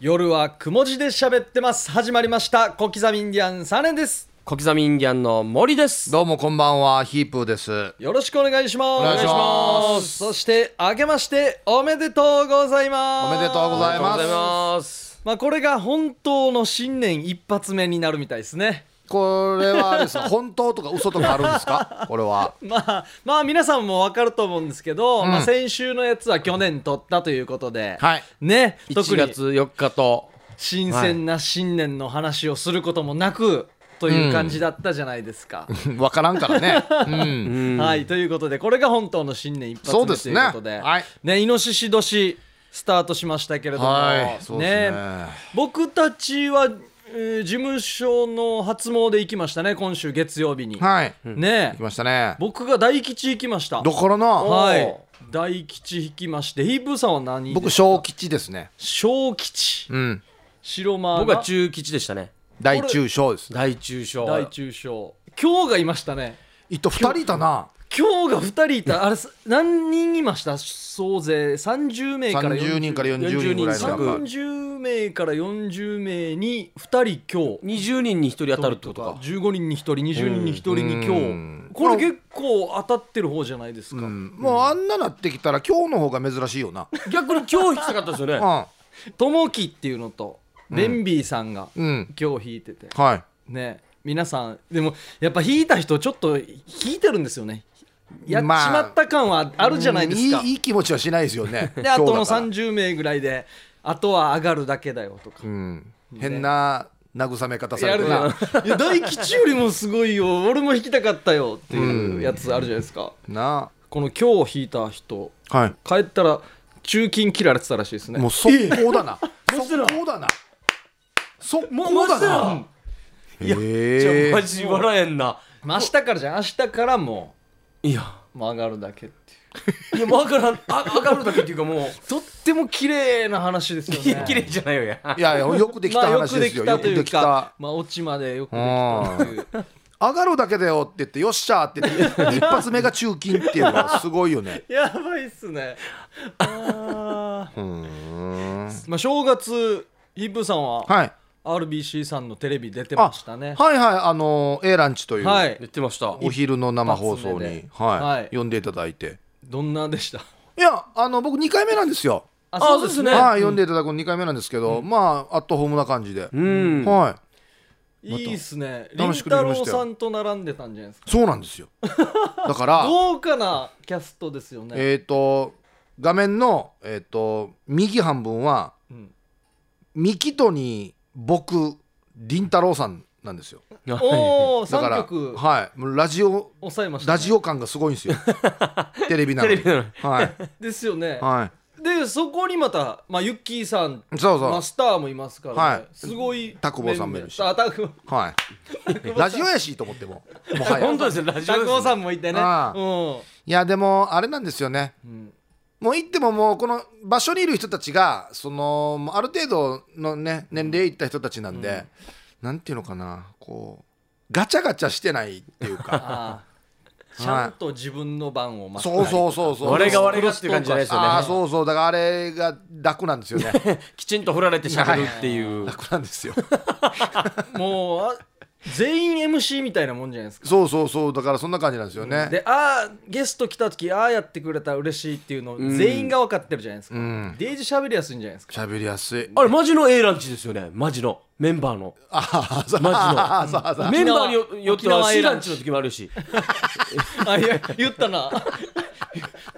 夜はくも字で喋ってます始まりました小刻みインディアン3年です小刻みインディアンの森です。どうもこんばんは、ヒープーです。よろしくお願いしますお願いしますそして明けましておめでとうございまおすめでとうございおはようごますざい。ます。まあこれが本当の新年一発目になるみたいですねこれはあ れですか本当とか嘘とかあるんですかこれは。まあまあ皆さんもわかると思うんですけど、まあ先週のやつは去年撮ったということで、はいね特1に月4日と。新鮮な新年の話をすることもなくという感じだったじゃないですか、わからんからね。 うん。はい、ということでこれが本当の新年一発目そうとでいうすねことではいねイノシシ年スタートしましたけれども、はいそうですね僕たちは、えー事務所の初詣行きましたね今週月曜日に、はい。ね来ましたね。僕が大吉行きましたどころの、はい大吉引きましてヒープーさんは何僕、小吉ですね。小吉うん。白間僕は中吉でしたね。大中小ですね。大中小。大中小今日がいましたねいっと、二人だな。今日が2人いたあれす何人いました総勢30名から30人から40人ぐらいの40 30名から40名に2人今日20人に1人当たるってことか。 15人に1人20人に1人に今ん日これ結構当たってる方じゃないですか、うんもうあんななってきたら今日の方が珍しいよな。逆に 今日引きたかったですよね。ともきっていうのとベンビーさんがうん。うん。今日引いてて、はい。ね皆さんでもやっぱ引いた人ちょっと引いてるんですよねやっちまあまった感はあるじゃないですか、うんいいいい気持ちはしないですよね。であとの今日だから30名ぐらいであとは上がるだけだよとか、うん。変な慰め方されやてるるなな。いや大吉よりもすごいよ俺も弾きたかったよっていうやつあるじゃないですか、なこの今日弾いた人はい。帰ったら中金切られてたらしいですねもう速攻だな。速攻だな。速攻だな。いじや、ゃあマえジ笑えんな。まあ明日からじゃん明日からもいや、う上がるだけっていういや、もう上がらん、あ上がるだけっていうかもう、とっても綺麗な話ですよいや、ね綺麗じゃないよ、いや。いやいや、よくできたまあよ話くでですきよ。たよとくいうできかた。まあオチまでよくできたという上がるだけだよって言って、よっしゃーって言って、一発目が中金っていうのはすごいよね。やばいっす ねあーは。まあ正月イップーさん はい RBC さんのテレビ出てあましたねはいはい、あのー、A ランチという、はい言ってました。お昼の生放送一発目でに、ははいい、呼んでいただいて。どんなでしたいや、あの、僕2回目なんですよ。あそうですねはい、呼んでいただくの2回目なんですけど、まあ、アットホームな感じで。うん。はい。いいっすね。りん楽しくでたきろましたようさんと並んでたんじゃないですか。そうなんですよ。だから、豪華なキャストですよね。えっ、と画面のえっ、と右半分はうんミキトに僕凛太郎さんなんですよはいおお、だか三ら曲はいもうラジオ抑えましたね。ラジオ感がすごいんで すよテレビなテのレにビなのにはいですよね。はで、そこにまたまあユッキーさん、いそうそマうスターもいますからねは。いすごい。タクボさんもいるしあ、タクはいラジオやしと思ってもも はや本当ですよ、ラジオタですクねボさんもいてね。あういやでもあれなんですよねん。もう行ってももうこの場所にいる人たちがそのもうある程度のね年齢いった人たちなんで、なんていうのかなこうガチャガチャしてないってい うかあー、ちゃんと自分の番を待ってそうそうそうそう我が我がっていう感じじゃないですよね。ああそうそうだからあれが楽なんですよね きちんと振られて喋るっていう。楽なんですよもうあ全員 MC みたいなもんじゃないですか。そうそうそうだからそんな感じなんですよね、でああゲスト来た時ああやってくれたら嬉しいっていうの全員が分かってるじゃないですか、んデイジ喋りやすいんじゃないですか喋りやすいあれ、マジの A ランチですよね。マジの。メンバーの。あ あそうマジのああそうあそうメンバーによよっ沖ては縄 C ランチの時もあるしあいや言ったな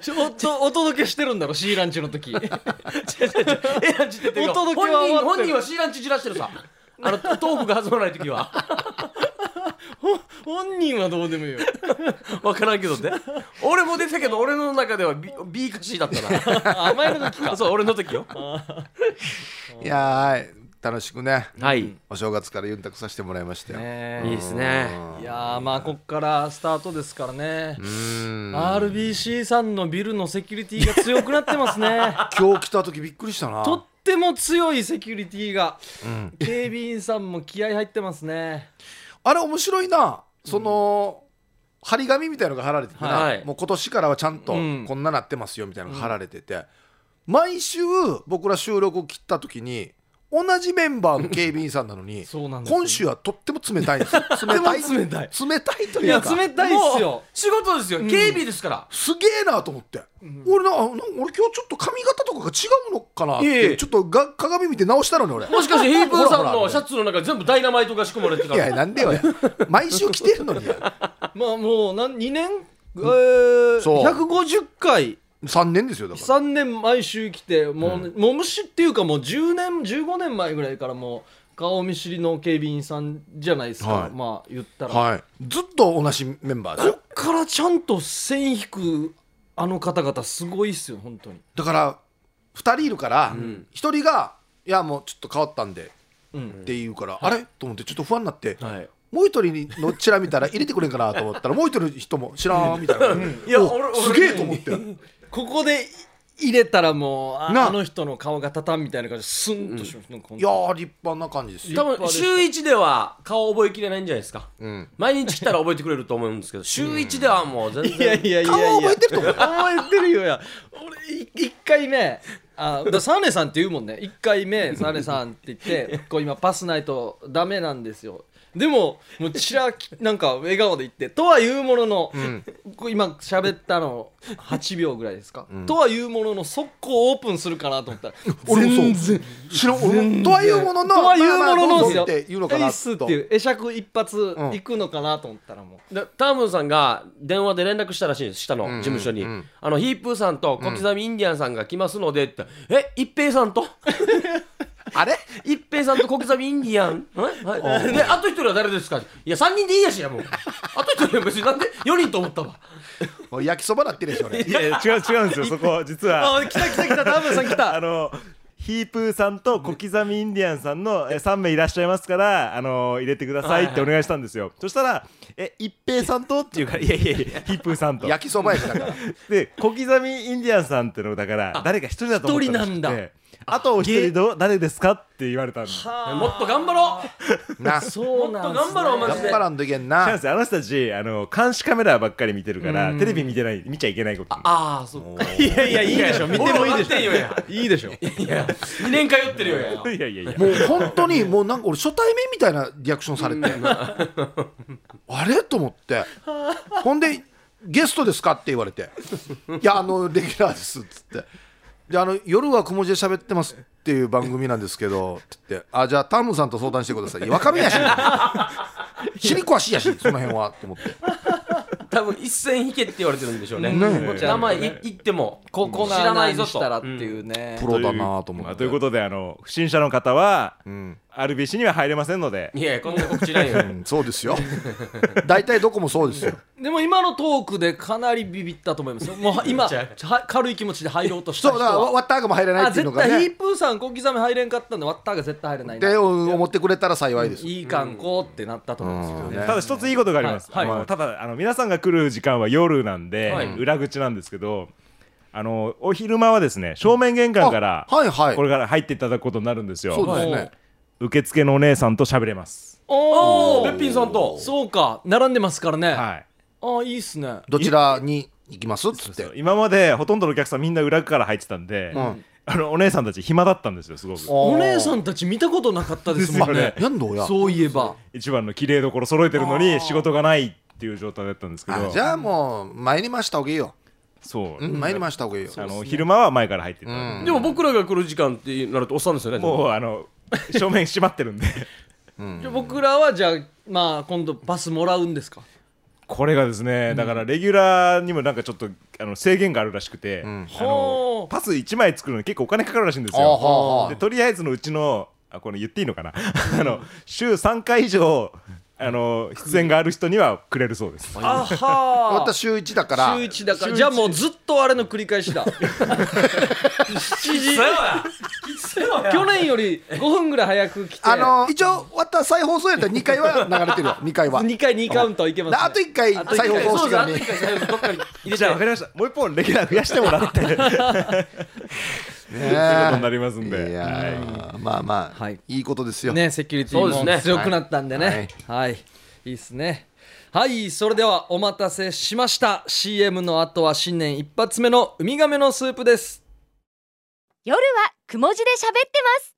ちょっとお届けしてるんだろ C ランチの時 A ランチって言ってるよお届けは終わってる本人本人は C ランチじらしてるさあのトークが弾まない時は 本人はどうでもいいよ分からんけどね俺も出てたけど俺の中では B, B か C だったなあ前の 時かそう俺の時よいやーはい楽しくねはい、お正月からユンタクさせてもらいましたよ、ねいいですねいやーまあこっからスタートですからねうん RBC さんのビルのセキュリティが強くなって ますね今日来た時びっくりしたなとっても強いセキュリティが、警備員さんも気合入ってますねあれ面白いなその、張り紙みたいのが貼られててな、はいもう今年からはちゃんとうんこんななってますよみたいなのが貼られてて、毎週僕ら収録を切った時に同じメンバーの警備員さんなの にそうなんですよ今週はとっても冷たいんですよ冷たい冷たい冷たいといいやうか冷たいっすもよう仕事ですよ警備ですから、すげえなと思って、俺なな俺今日ちょっと髪型とかが違うのかなって、いえいえちょっとが鏡見て直したのに俺もしかしてヒープーさんほらほのらシャツの中に全部ダイナマイトが仕込まれてたいやらなんでよ 毎週来てるのにまあもうなん2年、えー、そう150回3年ですよだから3年毎週来てもう、もうむしっていうかもう10年15年前ぐらいからもう顔見知りの警備員さんじゃないですか、はいまあ言ったら、はいずっと同じメンバーですこよっからちゃんと線引くあの方々すごいっすよ本当にだから2人いるから、一1人が「いやもうちょっと変わったんで」うんって言うから、あれと思ってちょっと不安になって、はいもう一人のちら見たら入れてくれんかなと思ったらもう一人の人も知らんみたいな、いやお俺俺すげえと思ってここで入れたらもうなああの人の顔が立たんみたいな感じでスンとします、なんかほんいとやー立派な感じですよ、多分週一では顔覚えきれないんじゃないですかうん、毎日来たら覚えてくれると思うんですけど週一ではもう全然いやいやいやいや顔は覚えてると思う覚えてるよいや俺い一回目あだサーネさんって言うもんね一回目サーネさんって言ってこう今パスないとダメなんですよでももうちらきなんか笑顔で言ってとは言うものの、こう今喋ったの8秒ぐらいですか、とは言うものの速攻オープンするかなと思ったら俺もそう知らん俺もとはいうもののとは言うものまあまあのですどうぞよ。って言うのかエなースってという会釈一発んいくのかなと思ったらもう。でタームさんが電話で連絡したらしいんです下の事務所に、うんうんあのヒープーさんと小刻みインディアンさんが来ますのでって、え一平さんと あれ一平さんと小刻みインディアンえはい、であと一人は誰ですかいや三人でいいやしやもうあと一人は別になんで四人と思ったわもう焼きそばだってるでしょ俺いやいや違う違うんですよそこ実はあ、来た来た来た、ダブルさん来あた。のヒープーさんと小刻みインディアンさんのえ3名いらっしゃいますから、あの入れてくださいってお願いしたんですよ、そしたら「え一平さんと?」っていうから「いやいやいやヒープーさんと」焼きそばやしだからで小刻みインディアンさんってのだから誰か一人だと思った一らしく人なんてあとお一人ど誰ですかって言われたんでもっと頑張ろなそうなんもっと頑張ろうマ頑ジで張らんといけん違うんなですよあの人たちあの監視カメラばっかり見てるからテレビ見てない見ちゃいけないことにああそっかいやいや、いいでしょ、見てもいいでし俺は待ょ。いいでしょ。いや二年通ってるよや いやいやいやもう本当にもうなんか俺初対面みたいなリアクションされてあれと思ってほんで「ゲストですか?」って言われて「いやあのレギュラーです」っつって「であの夜はくも字で喋ってます」っていう番組なんですけどって言って「あじゃあタムさんと相談してください」いや「若めやし」「知りこはしやしその辺は」と思って多分一線引けって言われてるんでしょうねね名前い言ってもここ知らなないいぞぞとしたらっていうねプ。ロだなと思まっあてということであの不審者の方は、RBC には入れませんのでいやいやこんな告知ないよ うんそうですよ大体どこもそうですよでも今のトークでかなりビビったと思いますよ。 もう今、めっちは軽い気持ちで入ろうとしたそう人だからわは。ワッターがも入れないあ、っていうの絶が対ヒねープーさん小刻み入れんかったんで、ワッターが絶対入れないってな。思ってくれたら幸いですいい観光ってなったと思うんですけどね。ねただ一ついいことがあります、はいはいあのただあの皆さんが来る時間は夜なんで、はい裏口なんですけどあのお昼間はですね正面玄関から、あはいはいこれから入っていただくことになるんですよそうですね受付のお姉さんと喋れますおおおべーっぴんさんとそうか、並んでますからね。あはいあ、いいっすね。どちらに行きますっつって今までほとんどのお客さんみんな裏から入ってたんで、んあのお姉さんたち暇だったんですよすごくおお姉さんたち見たことなかったですもんですねよ。ねやんどうやそういえば。一番の綺麗どころ揃えてるのに仕事がないっていう状態だったんですけあどじゃあもう参りました方がいいよそう、うん参りました方がいいよあの昼間は前から入ってた、んでも僕らが来る時間ってなるとおっさんですよねもうあの正面閉まってるんでじゃあ僕らはじゃあ、まあ、今度バスもらうんですか。 これがですねだからレギュラーにもなんかちょっとあの制限があるらしくて、あほのうパス1枚作るのに結構お金かかるらしいんですあはあはよあでとりあえずのうちのあこれ言っていいのかなあの週3回以上あの出演がある人に はくれるそうですあはまた週一だから週一だから。じゃあもうずっとあれの繰り返 しだ。きついわやきついわ や去年より5分ぐらい早く来て、あの一応終わった再放送やったら2回は流れてる よ2回は2回2カウントはいけます、でね。あと1回と一再回放送そしうですてあとね一回最後どっかに入れじちゃあゃ分かりましたもう一本レギュラー増やしてもらってってことねになりますんいではいやーまあまあはいいいことですよね、セキュリテそィうでもすね強くなったんではいね。はい、い、いっすね。はい、それではお待たせしました。CM の後は新年一発目のウミガメのスープです。夜はくも字で喋ってます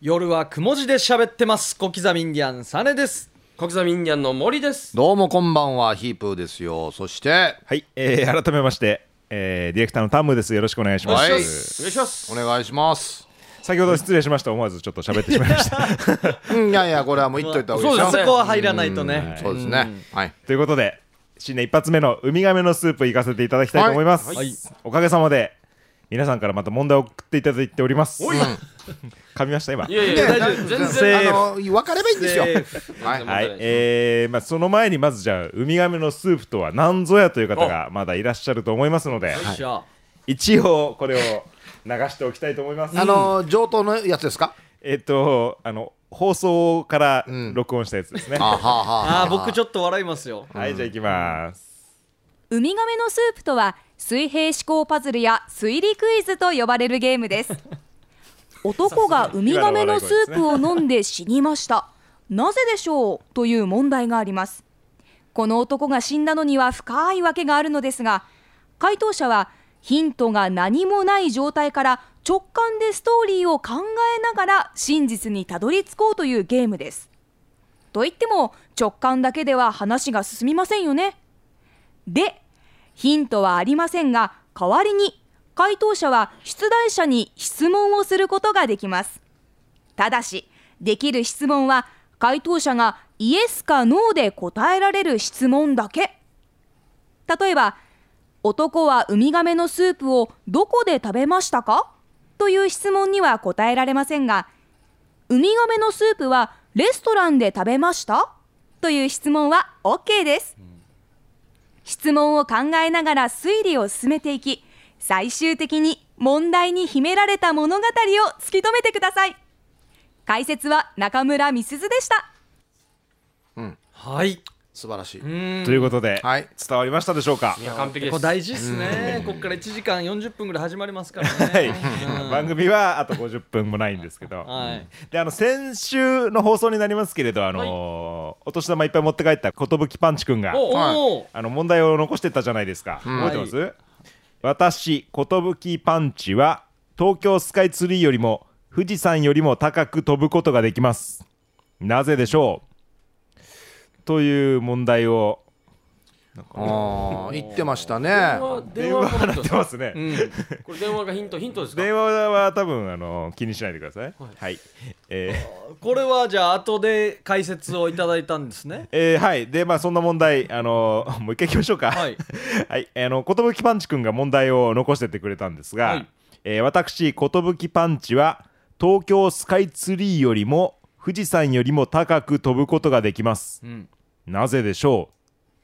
夜はくも字で喋ってます小刻みインディアンサネです小刻みインディアンの森ですどうもこんばんはヒープーですよそしてはい、えー、改めまして、えー、ディレクターのタムです。よろしくお願いします。はいお願いしますお願いします先ほど失礼しました。思わずちょっと喋ってしまいました。うんいやいやこれはもう言っといた方がいいそうですねそこは入らないとねそうですねはいということで、新年一発目のウミガメのスープ行かせていただきたいと思います。はいはいおかげさまで、皆さんからまた問題を送っていただいております。おい 噛みました、今い。やいや大ね丈夫全せ然ーあの分かればいいんですよセーはい問は題いな、いえーまあ、その前にまずじゃあウミガメのスープとは何ぞやという方がまだいらっしゃると思いますので、よっしゃ一応これを流しておきたいと思います。あの上等のやつですかえっとあの放送から録音したやつですね。あはああはあー僕ちょっと笑いますよはい、じゃあ行きます。ウミガメのスープとは水平思考パズルや推理クイズと呼ばれるゲームです 男がウミガメのスープを飲んで死にましたなぜでしょうという問題がありますこの男が死んだのには深い訳があるのですが回答者はヒントが何もない状態から直感でストーリーを考えながら真実にたどり着こうというゲームですといっても直感だけでは話が進みませんよねでヒントはありませんが代わりに回答者は出題者に質問をすることができますただしできる質問は回答者がイエスかノーで答えられる質問だけ例えば男はウミガメのスープをどこで食べましたかという質問には答えられませんがウミガメのスープはレストランで食べましたという質問は OK です質問を考えながら推理を進めていき最終的に問題に秘められた物語を突き止めてください解説は中村美鈴でしたはい素晴らしいということで、はい伝わりましたでしょうか。いや完璧でこすれ大事っすねこっから1時間40分ぐらい始まりますからはいね、番組はあと50分もないんですけど、はいであの先週の放送になりますけれど、あのーお年玉いっぱい持って帰った寿パンチ君がおはいおーあの問題を残してったじゃないですか、覚えてます、私寿パンチは東京スカイツリーよりも富士山よりも高く飛ぶことができますなぜでしょうという問題をああ言ってましたね電電話話かなが鳴っっててまますすね、これ電話がヒントヒントですか電話は多分あの気にしないでくださいはい、えーこれはじゃあ後で解説をいただいたんですねえーはいでまあそんな問題あの ーもう一回いきましょうかはい、 はい、あの寿パンチ君が問題を残してってくれたんですが、はいえー私寿パンチは東京スカイツリーよりも富士山よりも高く飛ぶことができますうん、なぜでしょう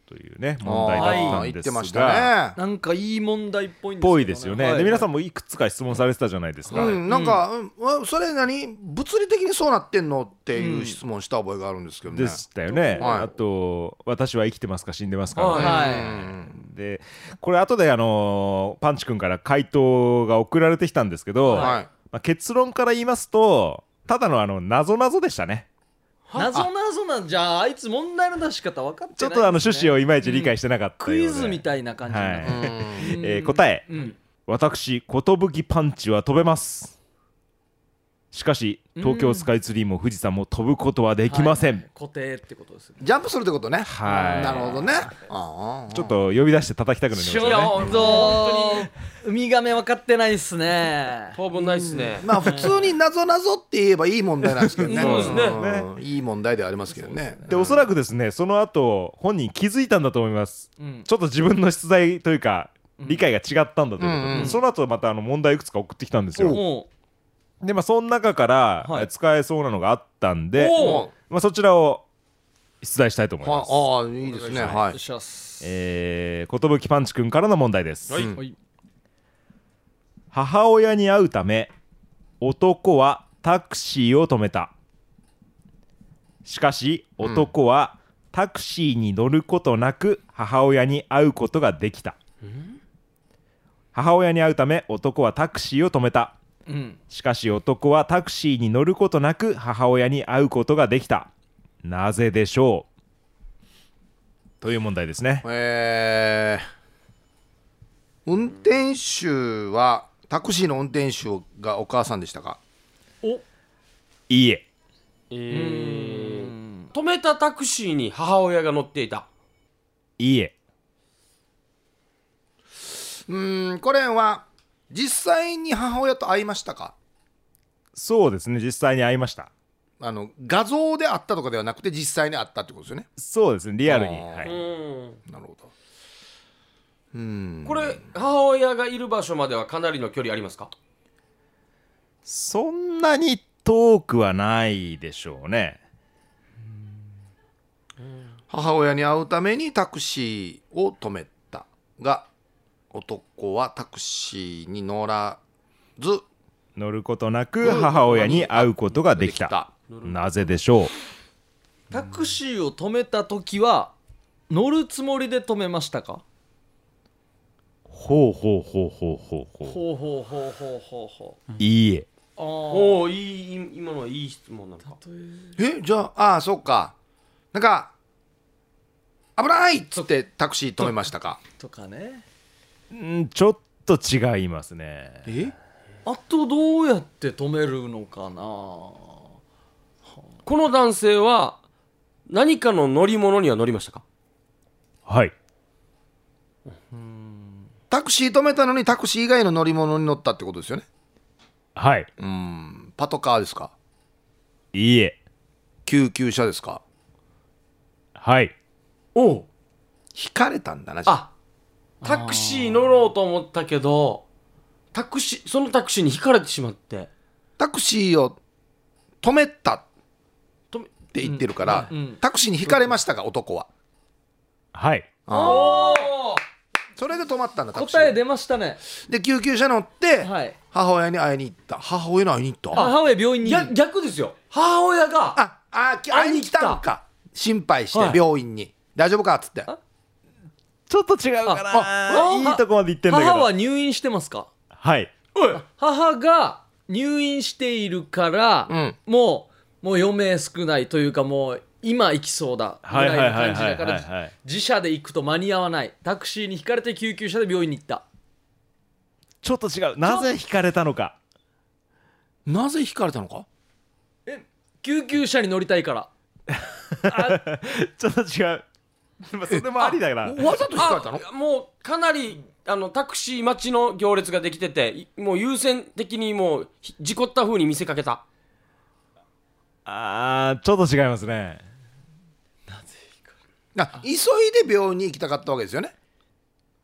というね問題だったあーん言でってましすたがねなんかいい問題っぽいんですけどぽいですよね、はいで皆さんもいくつか質問されてたじゃないですか、うん、なんか、うんわそれ何物理的にそうなってんのっていう質問した覚えがあるんですけどね。でしたよね、はいあと私は生きてますか死んでますか、はいはでこれ後であのーパンチ君から回答が送られてきたんですけど、はいまあ、結論から言いますとただのあの謎謎でしたねい謎謎なんじゃああいつ問題の出し方分かってないちょっとあのですね趣旨をいまいち理解してなかったクよイうでズみたいな感じになってはいうんえー答えうん私寿パンチは飛べますしかし東京スカイツリーも富士山も飛ぶことはできません、固定ってことですよねジャンプするってことね。はいなるほどね。ああちょっと呼び出して叩きたくなりましちたょっねとウミガメ分かってないっすね当分ないっすねまあ普通になぞなぞって言えばいい問題なんですけどね。そうですねんいい問題ではありますけどね。でおそらくですねその後本人気づいたんだと思います、うんちょっと自分の出題というか理解が違ったんだということで、うんうんその後またあの問題いくつか送ってきたんですよ、もでまあその中から、はいえ使えそうなのがあったんでおう、まあ、そちらを出題したいと思いますはああいいですね。はうよっい。しゃっすえー、寿パンチ君からの問題です、はいはい母親に会うため男はタクシーを止めたしかし男はタクシーに乗ることなく母親に会うことができた、母親に会うため男はタクシーを止めたうんしかし男はタクシーに乗ることなく母親に会うことができたなぜでしょうという問題ですねえー、運転手はタクシーの運転手がお母さんでしたか。おいいええー、止めたタクシーに母親が乗っていたいいえうーんこれは実際に母親と会いましたかそうですね実際に会いましたあの画像で会ったとかではなくて実際に会ったってことですよねそうですねリアルに、あーはうい、んなるほどうーんこれ母親がいる場所まではかなりの距離ありますかそんなに遠くはないでしょうね母親に会うためにタクシーを止めたが男はタクシーに乗らず乗ることなく母親に会うことができたでなぜでしょうタクシーを止めた時は乗るつもりで止めましたかほうほうほうほうほうほほうほうほうほうほうほうういいえあおおいい今のはいい質問なのかえじゃあああそうかなんか危ないっつってタクシー止めましたかあとかねうんちょっと違いますねえあとどうやって止めるのかなこの男性は何かの乗り物には乗りましたかはいタクシー止めたのにタクシー以外の乗り物に乗ったってことですよねはいうんパトカーですかいいえ救急車ですかはいおお引かれたんだなじゃああタクシー乗ろうと思ったけどタクシーそのタクシーにひかれてしまってタクシーを止めたっとめて言ってるから、うんうんタクシーに引かれましたか男ははいおそれで止まったんだタクシー答え出ましたねで救急車乗って、はい母親に会いに行った母親に会いに行ったあ母親病院ーにや逆ですよ母親がああき会いに来たんか心配して、はい病院に大丈夫かっつってちょっと違うかああないいとこまで行ってんだけど母は入院してますかはいおい母が入院しているから、うんもうもう余命少ないというかもう今行きそうだぐはいらはいのいは感いじはいだかはいらはい自社で行くと間に合わないタクシーにひかれて救急車で病院に行ったちょっと違うなぜ惹かれたのかなぜ引かれたのか救急車に乗りたいからちょっと違うまあそれもありだからわざと引かれたのあもうかなりあのタクシー待ちの行列ができてていもう優先的にもうひ事故った風に見せかけたああちょっと違いますねあ急いで病院に行きたかったわけですよね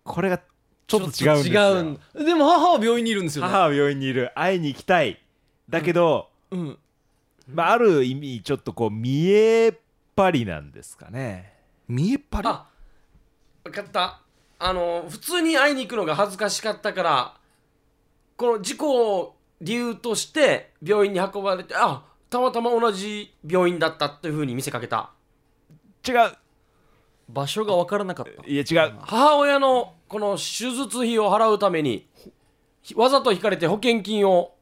これがちょっと違うんですちょっよと違うんでも母は病院にいるんですよね母は病院にいる会いに行きたいだけど、うんまあ、ある意味ちょっとこう見えっぱりなんですかね見えっ張りあ分かったあの普通に会いに行くのが恥ずかしかったからこの事故を理由として病院に運ばれてあたまたま同じ病院だったという風に見せかけた違う場所が分からなかったいや違う母親のこの手術費を払うためにひわざと引かれて保険金を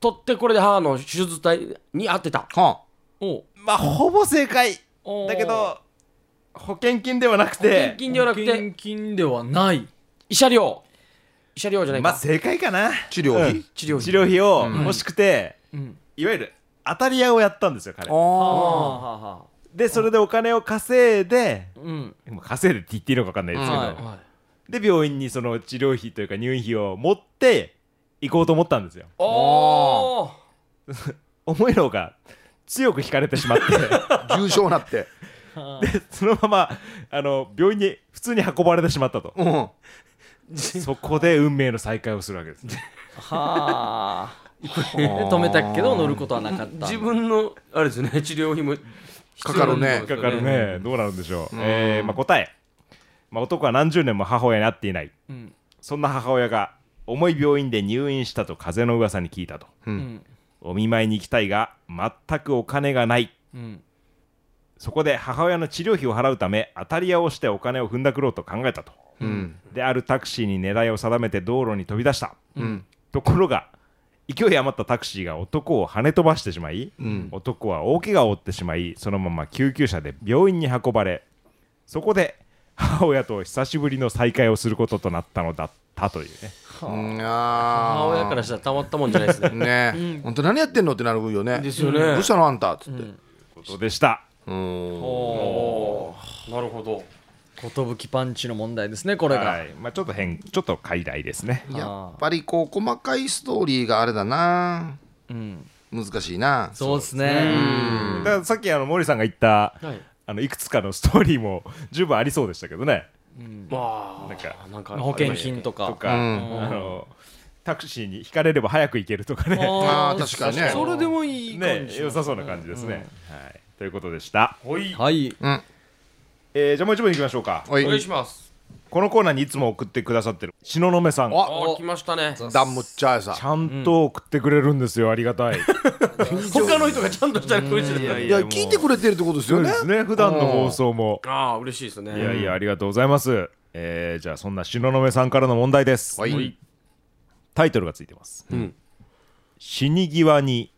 取ってこれで母の手術代に当てたはおうまあほぼ正解おうだけど保険金ではな保く険て金ではなく保て険金ではない慰謝料慰謝料じゃないか、まあ正解かな治療費うん治療費治療費を欲しくて、うんいわゆる当たり屋をやったんですよ彼あああはあはあでそれでお金を稼いでうんまあ稼いでって言っていいのか分かんないですけど、はいはいで病院にその治療費というか入院費を持って行こうと思ったんですよおお思いのほか強く引かれてしまって あ重症になってでそのままあの病院に普通に運ばれてしまったと うんはそこで運命の再会をするわけですは ああで止めたけど乗ることはなかった自分のあれですね治療費もかかるね必か要かなんですよるねどうなるんでしょう、えーまあ、答え、まあ、男は何十年も母親に会っていないうんそんな母親が重い病院で入院したと風の噂に聞いたとうんお見舞いに行きたいが全くお金がないうんそこで母親の治療費を払うため当たり屋をしてお金を踏んだくろうと考えたと、うんであるタクシーに狙いを定めて道路に飛び出した、うんところが勢い余ったタクシーが男を跳ね飛ばしてしまい、うん男は大怪我を負ってしまいそのまま救急車で病院に 運ばれそこで母親と久しぶりの再会をすることとなったのだったというねうん母親あからしたらたまったもんじゃないです ーねねえ、本当何やってんのってなるよねですよねどうしたのあんたっつって、ことでしたおーなるほど寿パンチの問題ですねこれが、はいまあちょっと変ちょっと解題ですねやっぱりこう細かいストーリーがあれだなうん、難しいなそうですねだからさっきあの森さんが言った、はいあのいくつかのストーリーも十分ありそうでしたけどねまあなんかなんか保険金とかとか、うんあのタクシーに引かれれば早く行けるとかねあー確かにねそれでもいい感ねじ、良さそうな感じですね、はい、ということでした、はいうんえーじゃあもう一問いきましょうかおいお願いしますこのコーナーにいつも送ってくださってる東雲さんちああ来ましたねダンムッチャーさゃんと送ってくれるんですよありがたい他の人がちゃんとしたら嬉しいですねいや聞いてくれてるってことですそようでねすね普段の放送もああ嬉しいですいやいねやありがとうございます、えーじゃあそんな東雲さんからの問題です、はいはいタイトルがついてます、ん死に際に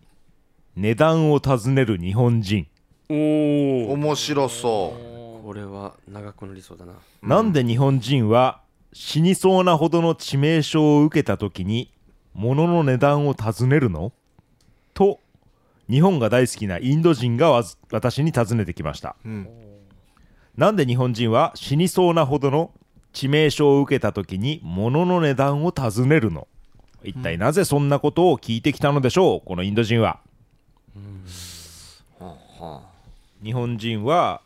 値段を尋ねる日本人、おお面白そうこれは長くなりそうだななんで日本人は死にそうなほどの致命傷を受けた時に物の値段を尋ねるのと日本が大好きなインド人がわず私に尋ねてきました、なんで日本人は死にそうなほどの致命傷を受けた時に物の値段を尋ねるの一体なぜそんなことを聞いてきたのでしょうこのインド人は、日本人は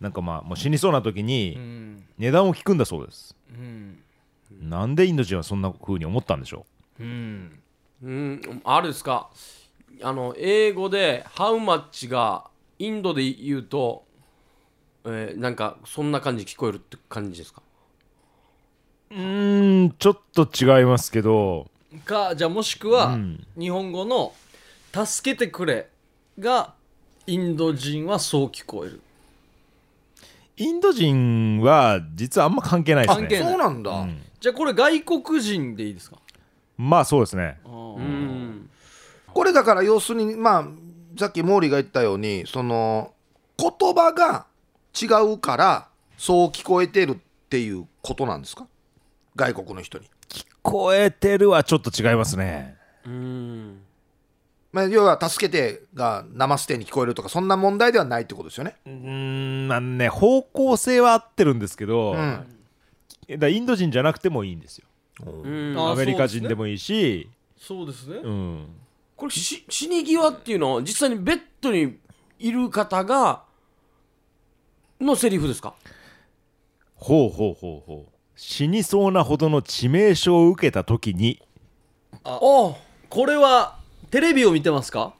なんかまあもう死にそうな時に、うん値段を聞くんだそうですうんなんでインド人はそんな風に思ったんでしょうんうんあるですかあの英語で「How much」がインドで言うと、えーなんかそんな感じ聞こえるって感じですかううーんちょっと違いますけどかじゃあもしくは、ん日本語の「助けてくれ」がインド人はそう聞こえるインド人は実はあんま関係ないですね関係ないそうなんだ、んじゃあこれ外国人でいいですかまあそうですねうんこれだから要するにまあさっき毛利が言ったようにその言葉が違うからそう聞こえてるっていうことなんですか外国の人に、超えてるはちょっと違いますねうんまあ、要は「助けて」が「生捨て」に聞こえるとかそんな問題ではないってことですよねうーんなんね方向性は合ってるんですけんど、だからインド人じゃなくてもいいんですようんあアメリカ人でもいいしそうですねう,、んこれし死に際っていうのは実際にベッドにいる方がのセリフですかほうほうほうほう死にそうなほどの致命傷を受けた時にあこれはテレビを見てますか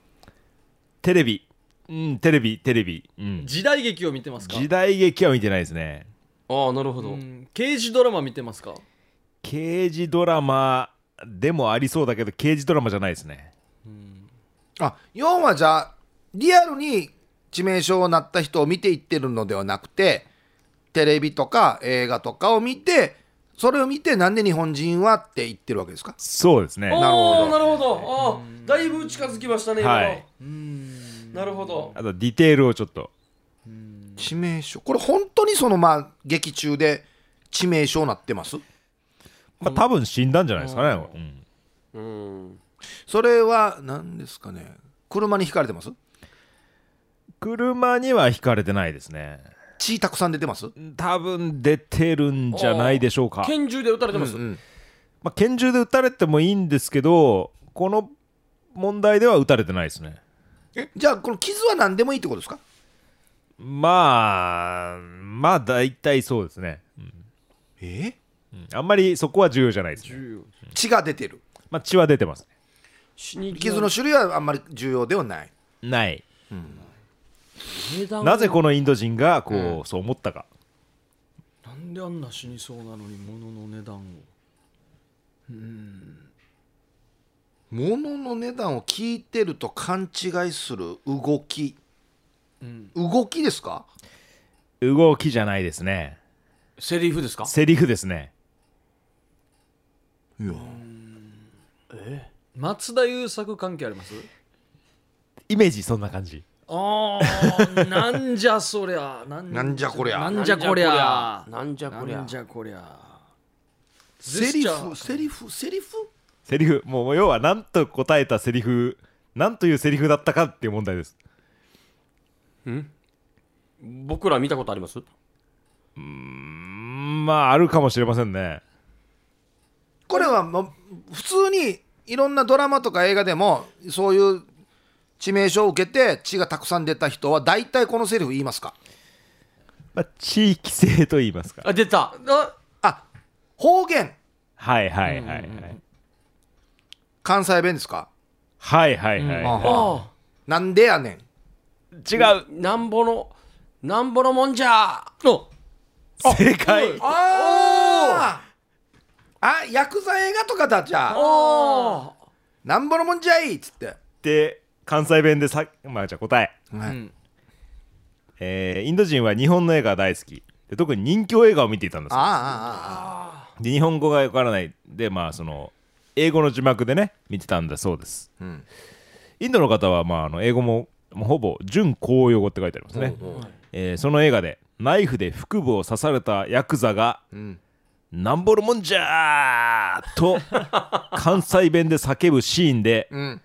テレビ、うん、テレビ、テレビ、うん、時代劇を見てますか時代劇は見てないですね。ああなるほうど、ん刑事ドラマ見てますか刑事ドラマでもありそうだけど、刑事ドラマじゃないですね。あ4はじゃあリアルに致命傷になった人を見ていってるのではなくてテレビとか映画とかを見てそれを見てなんで日本人はって言ってるわけですかそうですね。るほどおーなるほどあーだいぶ近づきましたね今のはいなるほどあとディテールをちょっと。致命傷これ本当にそのまあ劇中で致命傷なってますまあ、多分死んだんじゃないですかね。うんうんそれは何ですかね車にひかれてます車には引かれてないですね。血たくさん出てます多分出てるんじゃないでしょうか。拳銃で撃たれてます、うんまあ、拳銃で撃たれてもいいんですけど、この問題では撃たれてないですね。えじゃあこの傷は何でもいいってことですかまあ、まあ大体そうですね。うんえうんあんまりそこは重要じゃないですね、血が出てるまあ、血は出てます死に際傷の種類はあんまり重要ではないない値段をなぜこのインド人がこう、そう思ったかなんであんな死にそうなのに物の値段を物の値段を聞いてると勘違いする動き、動きですか動きじゃないですねセリフですかセリフですねいや松田優作関係ありますイメージそんな感じあー なんじゃそりゃなんなんじゃこりゃなんじゃこりゃなんじゃこりゃななんんじじゃゃこりゃセジリェスチャフーセリフセリフセリフもう要は何と答えたセリフ何というセリフだったかっていう問題です僕ら見たことありますうんまああるかもしれませんねこれは、ま、普通にいろんなドラマとか映画でもそういう致命傷を受けて血がたくさん出た人は大体このセリフ言いますかまあ、地域性と言いますかあ出たああ方言はいはいはいはい関西弁ですかはいはいはい、ああなんでやねん違うあなんぼのなんぼのもんじゃお正解ああヤクザ映画とかだじゃあああなんぼのもんじゃいっつってで関西弁でさまあじゃあ答え、はいんえーインド人は日本の映画が大好きで特に人気映画を見ていたんですよああああああで日本語がわからないでまあその英語の字幕でね見てたんだそうです、んインドの方はまああの英語ももうほぼ準公用語って書いてありますね、えーその映画でナイフで腹部を刺されたヤクザがうん「なんぼるもんじゃー!」 と関西弁で叫ぶシーンでうん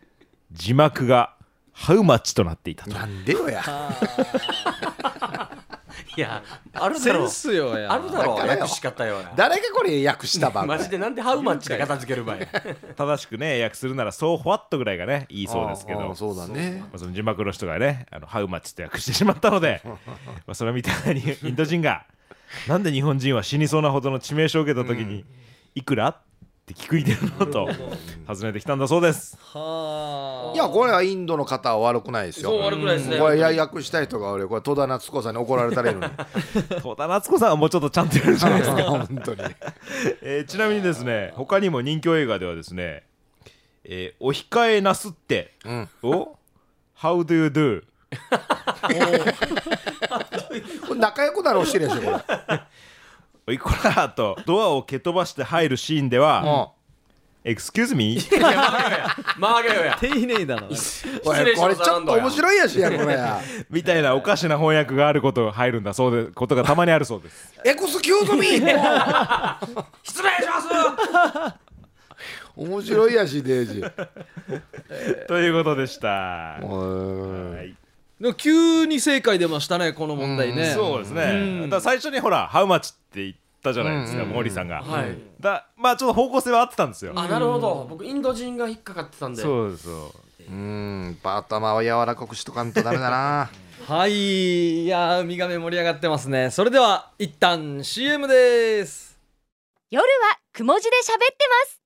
字幕が「ハウマッチ」となっていたとなんでよやいやあるだセろンスよやあるだろだからよ訳し方よや誰がこれ訳したばマジでなんでハウマッチで片付ける場合正しくね訳するなら「そうフワット」ぐらいがねいいそうですけあどあそうだねまあ、その字幕の人がね「あのハウマッチ」って訳してしまったの でまあそれみたいにインド人が「なんで日本人は死にそうなほどの致命傷を受けた時に、いくら?」って聞くいてるのと尋ねてきたんだそうですはいやこれはインドの方は悪くないですよそう悪くないですねこれや訳した人が俺これ戸田夏子さんに怒られたら いいのに 戸田夏子さんはもうちょっとちゃんとやるじゃないですか、本当に えーちなみにですね他にも人気映画ではですね「えーお控えなすって」んを「How do you do?」これ仲良くなろうしてるやしょこれおいこらーとドアを蹴飛ばして入るシーンでは「Excuse me?」マーゲよや丁寧だなお失礼しいこまれしたちょっと面白いやしやこれやみたいなおかしな翻訳があることが入るんだそうでことがたまにあるそうですエクスキューズミー 失礼します面白いやしデイジ ということでした、ーはいでも急に正解出ましたねこの問題ねそうですね、だから最初にほら「ハウマッチ」って言ったじゃないですか、毛利さんが、はいだまあちょっと方向性は合ってたんですよあなるほど僕インド人が引っかかってたんでそうですそううんやっぱ頭は柔らかくしとかんとダメだなはいいやーウミガメ盛り上がってますねそれでは一旦 CM です夜はくも字で喋ってます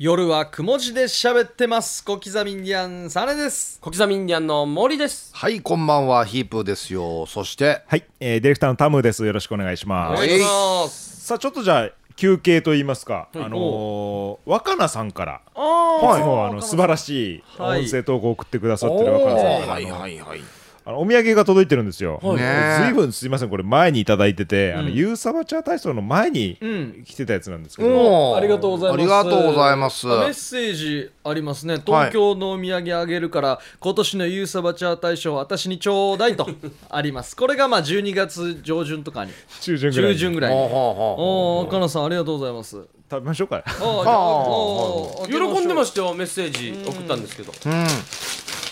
夜はくも字で喋ってます小刻みインディアンサネです小刻みインディアンの森ですはいこんばんはヒープーですよそしてはい、えーディレクターのタムですよろしくお願いしおます、願いしますさあちょっとじゃあ休憩と言いますか、はいあのー、若菜さんからああいつもあの素晴らしいはい音声投稿を送ってくださってる若菜さん、はいはいはいあのお土産が届いてるんですよ。いねえずいぶんすいません、これ前にいただいてて、あのうんユーサバチャー体操の前にうん来てたやつなんですけど、おーありがとうございます。ありがとうございますあメッセージありますね。東京のお土産あげるから、今年のユーサバチャー大賞私にちょうだい とあります。これがまあ12月上旬とかに、中旬ぐら中いに旬ぐらいほうに。ほうほおお、かなさんありがとうございます。食べましょうか。あーじゃああーおー喜んでまししたよメッセージ送ったんですけどううん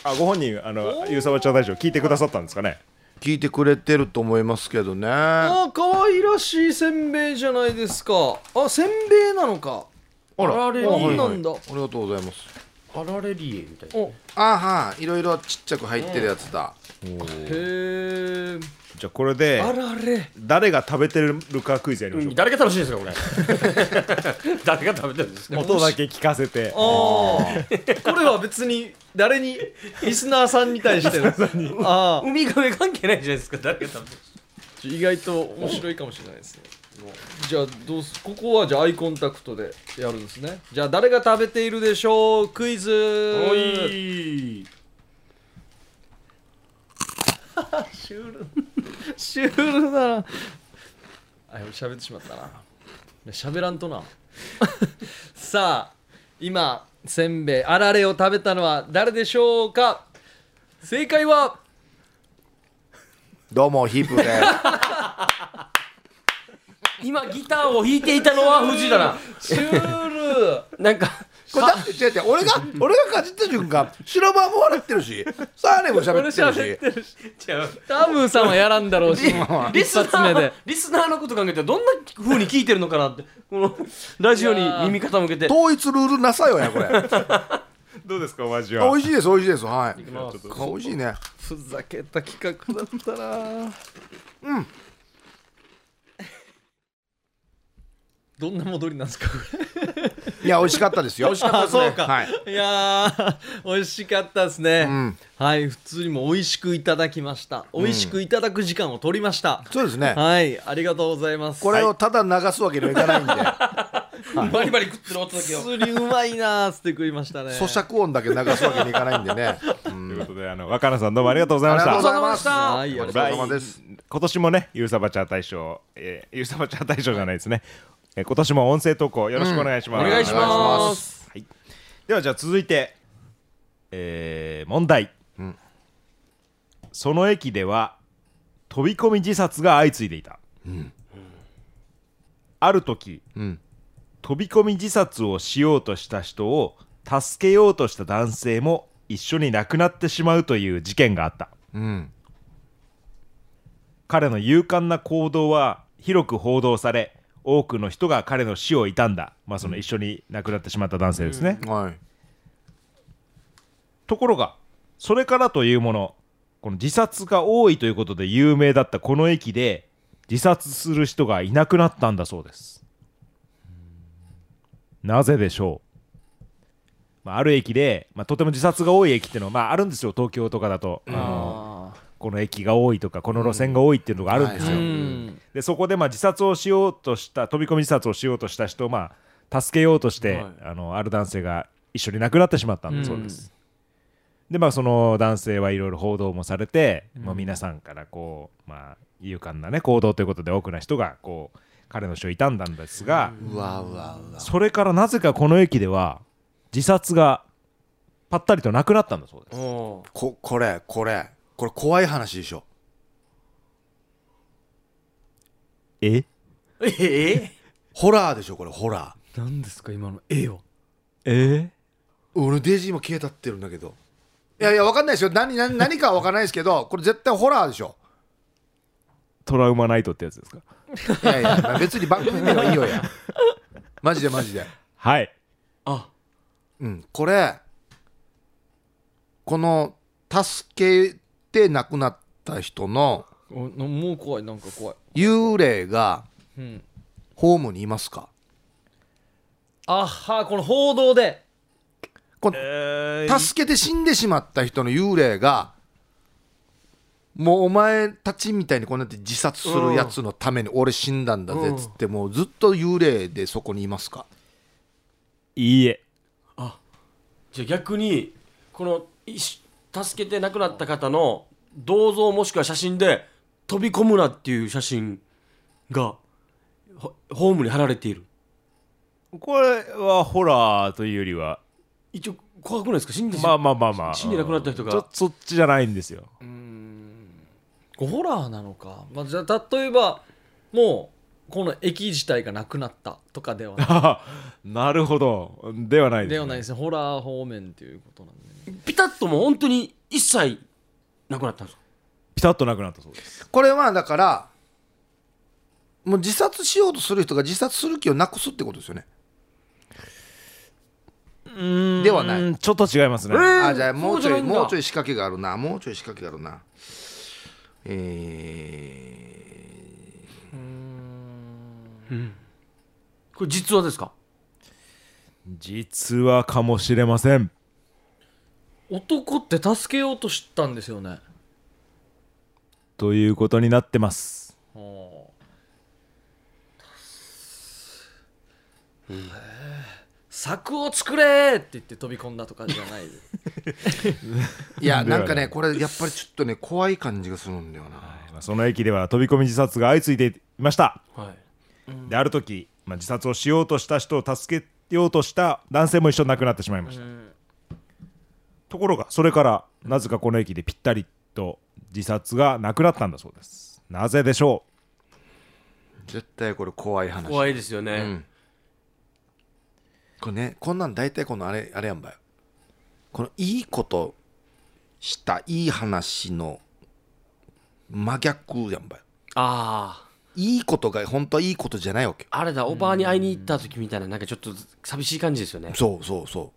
あ、ご本人あのユーサバチャー体操聞いてくださったんですかね。聞いてくれてると思いますけどねたああー、可愛らしいせんべいじゃないですか。あ、せんべいなのか。らあれあこはいんはないんだ。ありがとうございますあられりえみたいなお、へあはいろいろちっちゃく入ってるやつだえ。じゃあこれであられ。誰が食べてるかクイズやりましょうか。誰が楽しいんですかこれ誰が食べてるんですか音だけ聞かせてああ、これは別に誰にリスナーさんに対してのああウミガメ関係ないじゃないですか誰が食べてる意外と面白いかもしれないですねじゃあどうすここはじゃあアイコンタクトでやるんですねじゃあ誰が食べているでしょうクイズおい シュールシュールだなあ俺喋ってしまったな喋らんとなさあ今せんべいあられを食べたのは誰でしょうか正解はどうもヒープーです今ギターを弾いていたのは藤田なシュールなんかこれだって違う違う俺が俺がかじった瞬間白バも笑ってるしサーレも喋ってるし多分さんはやらんだろうしリ スナ一発目ーでリスナーのこと考えてどんな風に聞いてるのかなってこのラジオに耳傾けて統一ルールなさよやこれどうですかお味は美味しいです美味しいですはいきます美味しいねふざけた企画だったなうんどんな戻りなんですかこいや美味しかったですよ美味しかったですね はいれいやー美味しかったですね、うんはい普通にも美味しくいただきました美味しくいただく時間を取りました、そうですねはいありがとうございますこれをただ流すわけにはいかないんでバリバリ食ってる音だけを普通にうまいなーっつって食いましたね咀嚼音だけ流すわけにいかないんでねということであの若菜さんどうもありがとうございまし ありがとうございまたしたはいありがとうございお疲れ様です今年もね、ゆうさばちゃー大賞、えー、ゆうさばちゃー大賞じゃないですね、えー今年も音声投稿よろしくお願いします。お願いしお願いしまますす。はい、では、じゃあ続いて、えー、問題、その駅では飛び込み自殺が相次いでいた。ある時、ん飛び込み自殺をしようとした人を助けようとした男性も一緒に亡くなってしまうという事件があった。うん彼の勇敢な行動は広く報道され多くの人が彼の死を悼んだ、まあ、その一緒に亡くなってしまった男性ですね、はいところがそれからというものこの自殺が多いということで有名だったこの駅で自殺する人がいなくなったんだそうですなぜでしょう、まあ、ある駅で、まあ、とても自殺が多い駅っていうのは、まあ、あるんですよ東京とかだと、あのこの駅が多いとかこの路線が多いっていうのがあるんですよ、うんでそこでまあ自殺をしようとした飛び込み自殺をしようとした人をまあ助けようとして、はいあのある男性が一緒に亡くなってしまったんだそうです。でまあその男性はいろいろ報道もされて、まあ、皆さんからこうまあ勇敢なね行動ということで多くの人がこう彼の死を悼んだんですが、うわうわうわそれからなぜかこの駅では自殺がぱったりとなくなったんだそうです。おーここれこれこれ怖い話でしょえええホラーでしょこれホラー何ですか今の絵はえ俺デイジー今消えたってるんだけどいやいやわかんないですよ何何何かはわかんないですけどこれ絶対ホラーでしょトラウマナイトってやつですかいやいや別に番組名はいいよやマジでマジではいあうんこれこの助けて亡くなった人のおなもう怖いなんか怖い、幽霊がうん、ホームにいますかあっはこの報道でこの助けて死んでしまった人の幽霊がもうお前たちみたいにこうなって自殺するやつのために俺死んだんだぜっつってもうずっと幽霊でそこにいますかいいえじゃあ逆にこのいし助けて亡くなった方の銅像もしくは写真で飛び込むなっていう写真がほホームに貼られているこれはホラーというよりは一応怖くないですか死んでしまあまあまあまあ死んで亡くなった人がちょそっちじゃないんですよホラーなのか、まあ、じゃあ例えばもうこの駅自体がなくなったとかではな なるほどではないいではないで ですねホラー方面ということなんで、ね、ピタッともう本当に一切亡くなったんですかすピタッとなくなったそうですこれはだからもう自殺しようとする人が自殺する気をなくすってことですよねではないうんちょっと違いますね、あじゃあもうちそうじょいゃないんだもうちょい仕掛けがあるなもうちょい仕掛けがあるなえこれ実話ですか実はかもしれません男って助けようとしたんですよねということになってます柵を作れーって言って飛び込んだとかじゃないーいやでなはなんいかねこれやっぱりちょっとね怖い感じがするんだよなまあその駅では飛び込み自殺が相次いでいましたはいである時、まあ、自殺をしようとした人を助けようとした男性も一緒に亡くなってしまいました、ところがそれからなぜかこの駅でぴったりと自殺がなくなったんだそうですなぜでしょう絶対これ怖い話怖いですよね、うんこれねこんなん大体このあれあれやんばよこのいいことしたいい話の真逆やんばよあいいことが本当はいいことじゃないわけよああれだおばあに会いに行った時みたいななんかちょっと寂しい感じですよねそうそうそ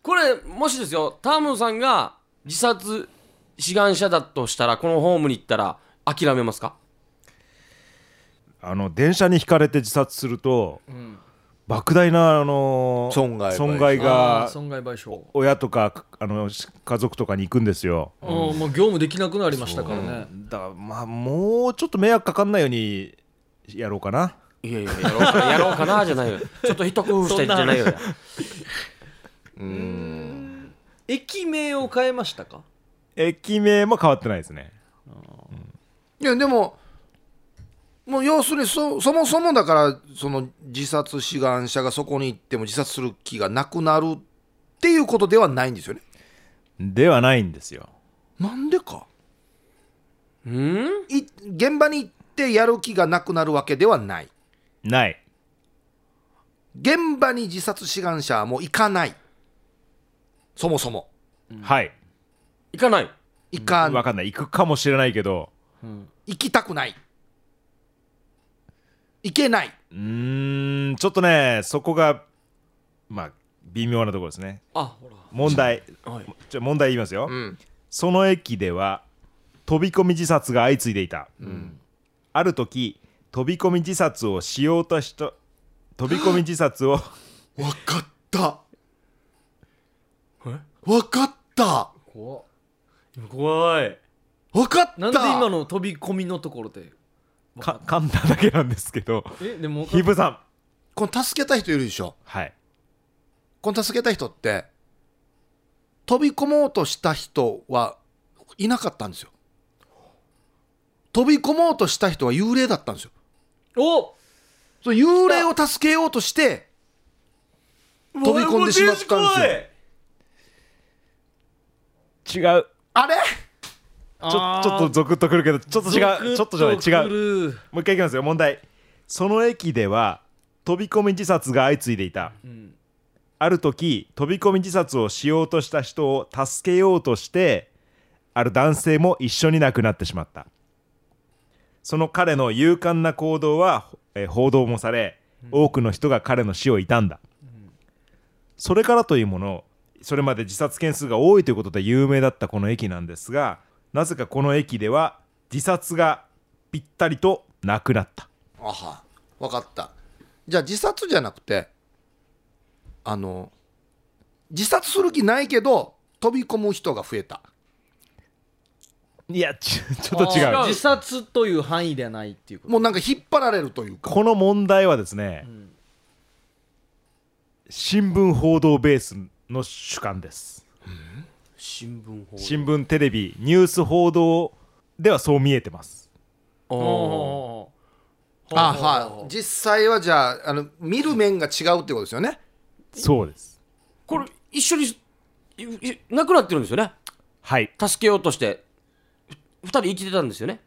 これもしですよタームさんが自殺志願者だとしたらこのホームに行ったら諦めますかあの電車にひかれて自殺すると、莫大なあのー損害賠償損害あーが損害賠償親とかかあのし家族とかに行くんですよ。うんもう業務できなくなりましたからねだからまあもうちょっと迷惑かかんないようにやろうかな。いやいややろうかやろうかなじゃないよちょっと一工夫したいじゃないよ駅名を変えましたか駅名も変わってないですね。ういやでももう要するにそそもそもだからその自殺志願者がそこに行っても自殺する気がなくなるっていうことではないんですよねではないんですよ。なんでかうんい現場に行ってやる気がなくなるわけではないない。現場に自殺志願者はもう行かないそもそもはい。行かない行か、わかんない。行くかもしれないけど。行きたくない行けないうーん、ちょっとね、そこが、まあ、微妙なところですね。あほら問題。はいじゃあ問題言いますよ、んその駅では飛び込み自殺が相次いでいた、ある時飛び込み自殺をしようとした飛び込み自殺を分かった分かった怖っ怖い分かったなんで今の飛び込みのところでか噛んだだけなんですけどえでも分かっひぶさんこの助けた人いるでしょはいこの助けた人って飛び込もうとした人はいなかったんですよ飛び込もうとした人は幽霊だったんですよおその幽霊を助けようとして飛び込んでしまったんですよ違うあれちょちょっとゾクッとくるけどちょっと違うちょっとじゃない違う違うもう一回いきますよ問題その駅では飛び込み自殺が相次いでいた、ある時飛び込み自殺をしようとした人を助けようとしてある男性も一緒に亡くなってしまったその彼の勇敢な行動は、えー報道もされ多くの人が彼の死を悼んだ、それからというものそれまで自殺件数が多いということで有名だったこの駅なんですがなぜかこの駅では自殺がぴったりとなくなったあは分かったじゃあ自殺じゃなくてあの自殺する気ないけど飛び込む人が増えたいやちちょっと違う自殺という範囲ではないっていうこともうなんか引っ張られるというかこの問題はですね、新聞報道ベースの主観です新聞報新聞テレビニュース報道ではそう見えてますおーおあはい実際はじゃああの見る面が違うってことですよねそうですこれ一緒にいいなくなってるんですよねはい助けようとしてふ二人生きてたんですよね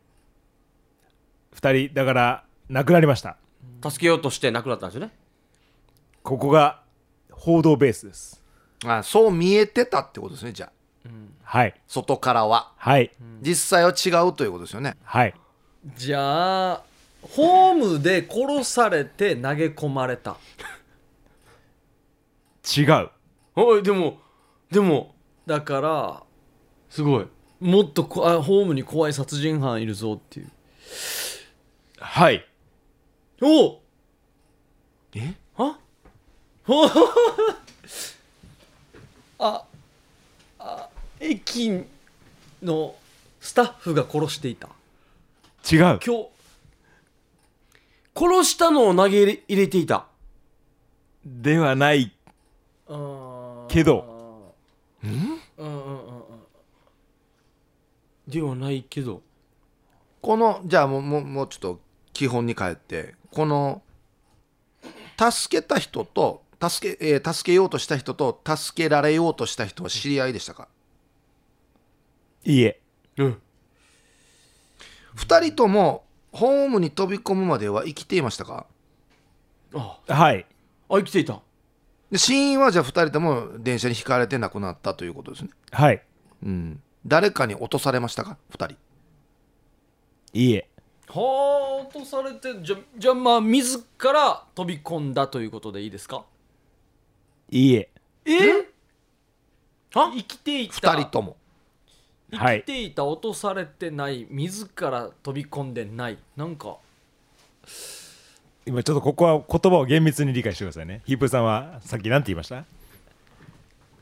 2人だから亡くなりました助けようとして亡くなったんですよねここが報道ベースですあそう見えてたってことですねじゃあはい外からははい実際は違うということですよねはいーじゃあホームで殺されて投げ込まれた違うおいでもでもだからすごいもっとこあホームに怖い殺人犯いるぞっていうはいおうえはあ あ駅のスタッフが殺していた違う今日殺したのを投げ入れていたではないあーけどうんうんうんうんではないけどこのじゃあもうもうもうちょっと基本に帰ってこの助けた人と助け,、えー助けようとした人と助けられようとした人は知り合いでしたか、いいえうん二2人ともホームに飛び込むまでは生きていましたかあはいあ生きていたで死因はじゃあ2人とも電車にひかれて亡くなったということですねはいうん誰かに落とされましたか2人いいえはあ落とされてじゃじゃあまあ自ら飛び込んだということでいいですかいいええは生きていた2人ともは生いきていた落とされてない自ら飛び込んでないなんか今ちょっとここは言葉を厳密に理解してくださいねヒープーさんはさっきなんて言いました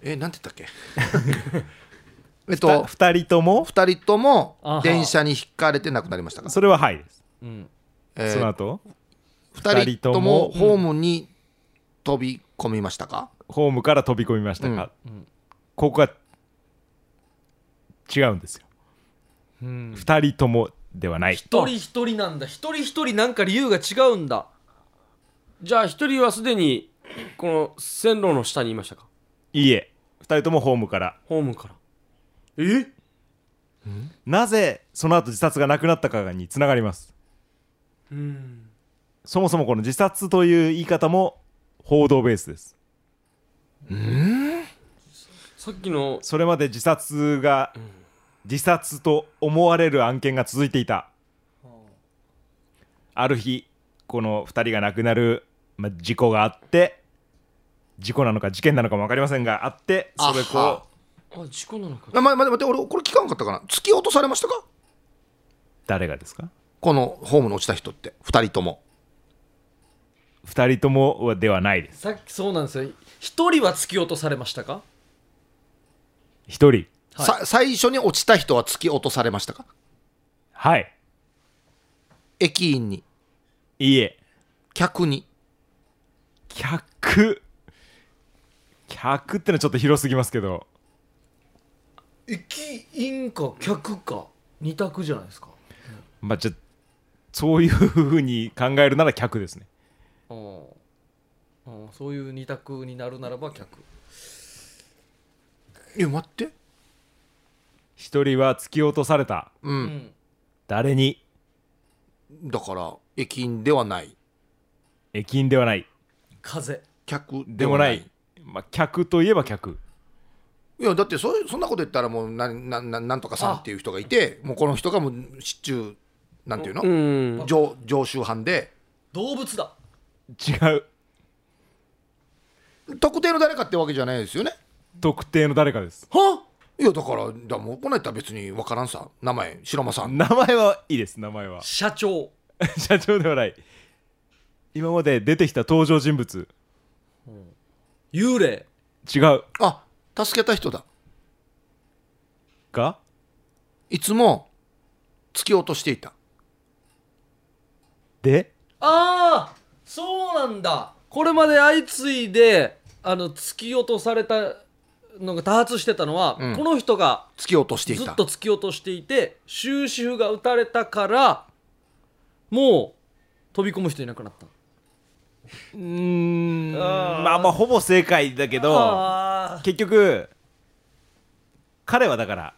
えなんて言ったっけ えっとと二人とも2人ともあは電車にひかれて亡くなりましたかそれははいです、うんえそのー、後2人とも二人ともホームに飛び込みましたか、ホームから飛び込みましたか、ここが違うんですようん二人ともではない一人一人なんだ一人一人なんか理由が違うんだじゃあ一人はすでにこの線路の下にいましたかいいえ二人ともホームからホームからえなぜその後自殺がなくなったかにつながりますうんそもそもこの自殺という言い方も報道ベースですさっきのそれまで自殺が自殺と思われる案件が続いていたある日この2人が亡くなる、まあ、事故があって事故なのか事件なのかも分かりませんがあってそれあはこうあ事故なのかあま、待って待って俺これ聞かんかったかな突き落とされましたか誰がですかこのホームに落ちた人って2人とも2人ともはではないですさっきそうなんですよ一人は突き落とされましたか1人はいさ最初に落ちた人は突き落とされましたかはい駅員にいいえ客に客客ってのはちょっと広すぎますけど駅員か客か二択じゃないですかまあちょそういうふうに考えるなら客ですねうんうんそういう二択になるならば客え待って一人は突き落とされたう、うんん誰にだから駅員ではない駅員ではない風客でもないまあ、客といえば客いやだってそそんなこと言ったらもうななななんとかさんっていう人がいてもうこの人がもう市中なんていうの、うん常常習犯で動物だ違う特定の誰かってわけじゃないですよね特定の誰かですいやだからだもうこのやったら別に分からんさ名前白間さん名前はいいです名前は 社長社長ではない今まで出てきた登場人物幽霊違うあ助けた人だかいつも突き落としていたでああそうなんだこれまで相次いであの突き落とされたのが多発してたのは、うんこの人が突き落としていずったと突き落としていて終止符が打たれたからもう飛び込む人いなくなったうーんあーまあまあほぼ正解だけどあー結局彼はだから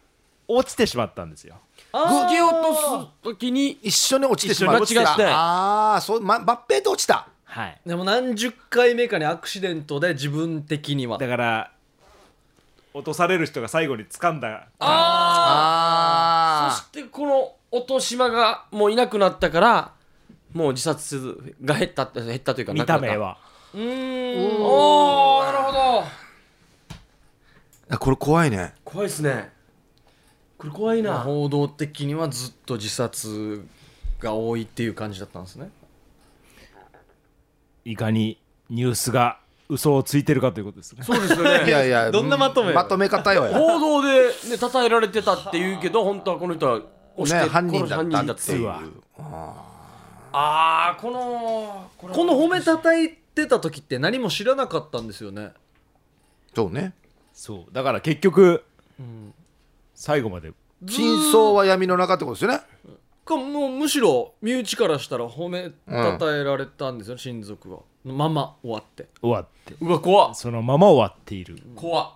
落ちてしまったんですよあ突き落ーとす時に一緒に落ちてしまっ一緒に落ちてたああそう、ま、抜兵と落ちたはいでも何十回目かにアクシデントで自分的にはだから落とされる人が最後に掴んだああそあしてこの落とし間がもういなくなったからもう自殺が減ったって減ったというか見なくなったた目はうーんおおなるほどあこれ怖いね怖いですねこれ怖いな報道的にはずっと自殺が多いっていう感じだったんですねいかにニュースが嘘をついてるかということですねそうですよねいやいやどんなまとめよまとめ方よや報道で、ね、称えられてたって言うけど本当はこの人は押して、ね犯人だ殺しっ犯たっていう実はああこのこれこの褒めたたいてた時って何も知らなかったんですよねそうねそうだから結局、最後まで真相は闇の中ってことですよねかもうむしろ身内からしたら褒めたたえられたんですよ、親族はまま終わって終わってうわ怖っそのまま終わっている怖っ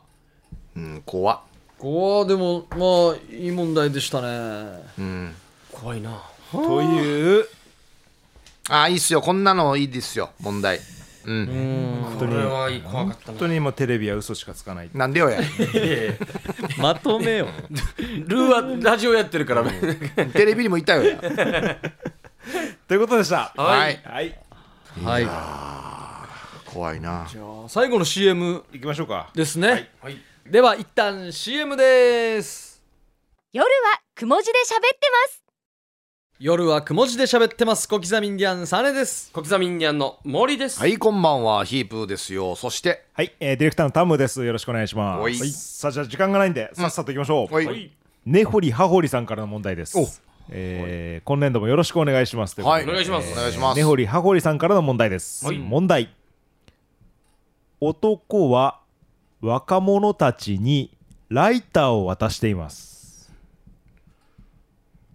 うん怖っここはでもまあいい問題でしたねうん怖いなというああいいっすよこんなのいいですよ問題これはいい怖かった本な当にもうテレビは嘘しかつかないなんで よやまとめよう ルーはラジオやってるからねテレビにもいたよやということでしたはいはいはい怖いな最後の CM 行きましょうかですね、では一旦 CM です夜はくも字で喋ってます夜はくも字で喋ってます小刻みインディアンサネです小刻みインディアンの森ですはいこんばんはヒープーですよそしてはい、えー、ディレクターのタムですよろしくお願いしますおいはいさあじゃあ時間がないんでさっさと行きましょうはいはい根掘り葉掘りさんからの問題ですおえー今年度もよろしくお願いしますとうことはいでお願いしますお願いします根掘り葉掘りさんからの問題です、はい問題男は若者たちにライターを渡しています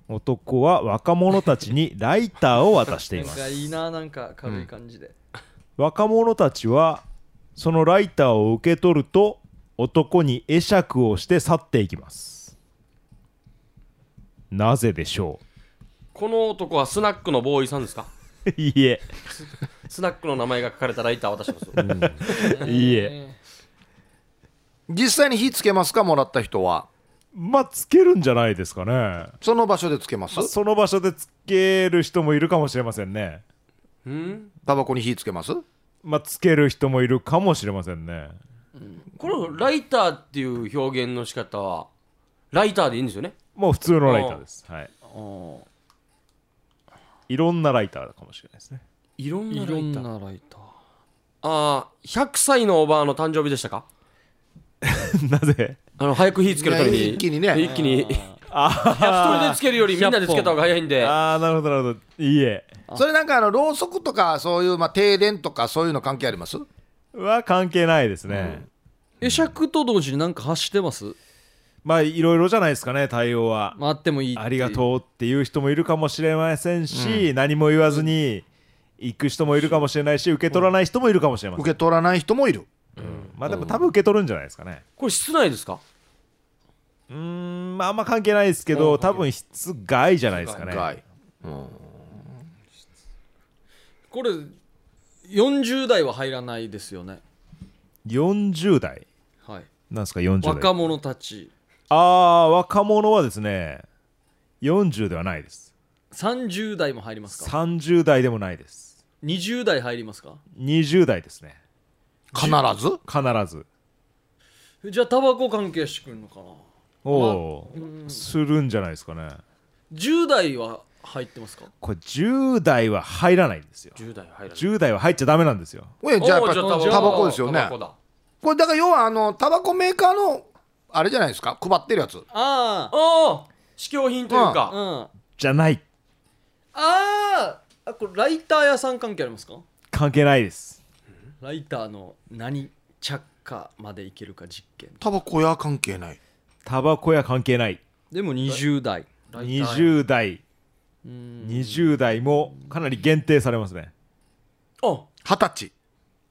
男は若者たちにライターを渡してないんまかすい いななんか軽い感じで、若者たちはそのライターを受け取ると男に会釈をして去っていきますなぜでしょこの男はスナックのボーイさんですかう いいえスナックの名前が書かれたライター渡しますいいえ実際に火つけますかもらった人はまあつけるんじゃないですかねその場所でつけますまあその場所でつける人もいるかもしれませんね。うんタバコに火つけますまあ、つける人もいるかもしれませんね。このライターっていう表現の仕方はライターでいいんですよねもう普通のライターです。はい。いろんなライターかもしれないです ね。いろんいなラろんイターなライターああ100歳のおばあの誕生日でしたかなぜあの早く火つけるためねに一気にね一気に一あ人でつけるよりみんなでつけた方が早いんーであー、なるほど、なるほど。いいえ。それなんかあのろうそくとかそういうまあ停電とかそういうの関係ありますは関係ないですね。会釈と同時になんか発してますまあ、いろいろじゃないですかね、対応は。まああってもいいっていありがとうっていう人もいるかもしれませんし、何も言わずに行く人もいるかもしれないし、受け取らない人もいるかもしれません。受け取らない人もいるまあ、でも多分受け取るんじゃないですかね。これ室内ですかうーん、まあ、あんま関係ないですけど、多分室外じゃないですかね。はいこれ40代は入らないですよね40代はいなんですか40代若者たちああ若者はですね40ではないです30代も入りますか30代でもないです20代入りますか20代ですね必ず必ずじゃあタバコ関係してくるのかなおおーするんじゃないですかね10代は入ってますかこれ10代は入らないんですよ10代入らない10代は入っちゃダメなんですよおやじゃあやっぱりおーじゃあタバコですよタねバコだこれだから要はあのタバコメーカーのあれじゃないですか配ってるやつあああ試供品というあうかんじゃないあーあこれライター屋さん関係ありますか関係ないですライターの何着火までいけるか実験タバコや関係ないタバコや関係ないでも20代20代20代もかなり限定されますねあ二十歳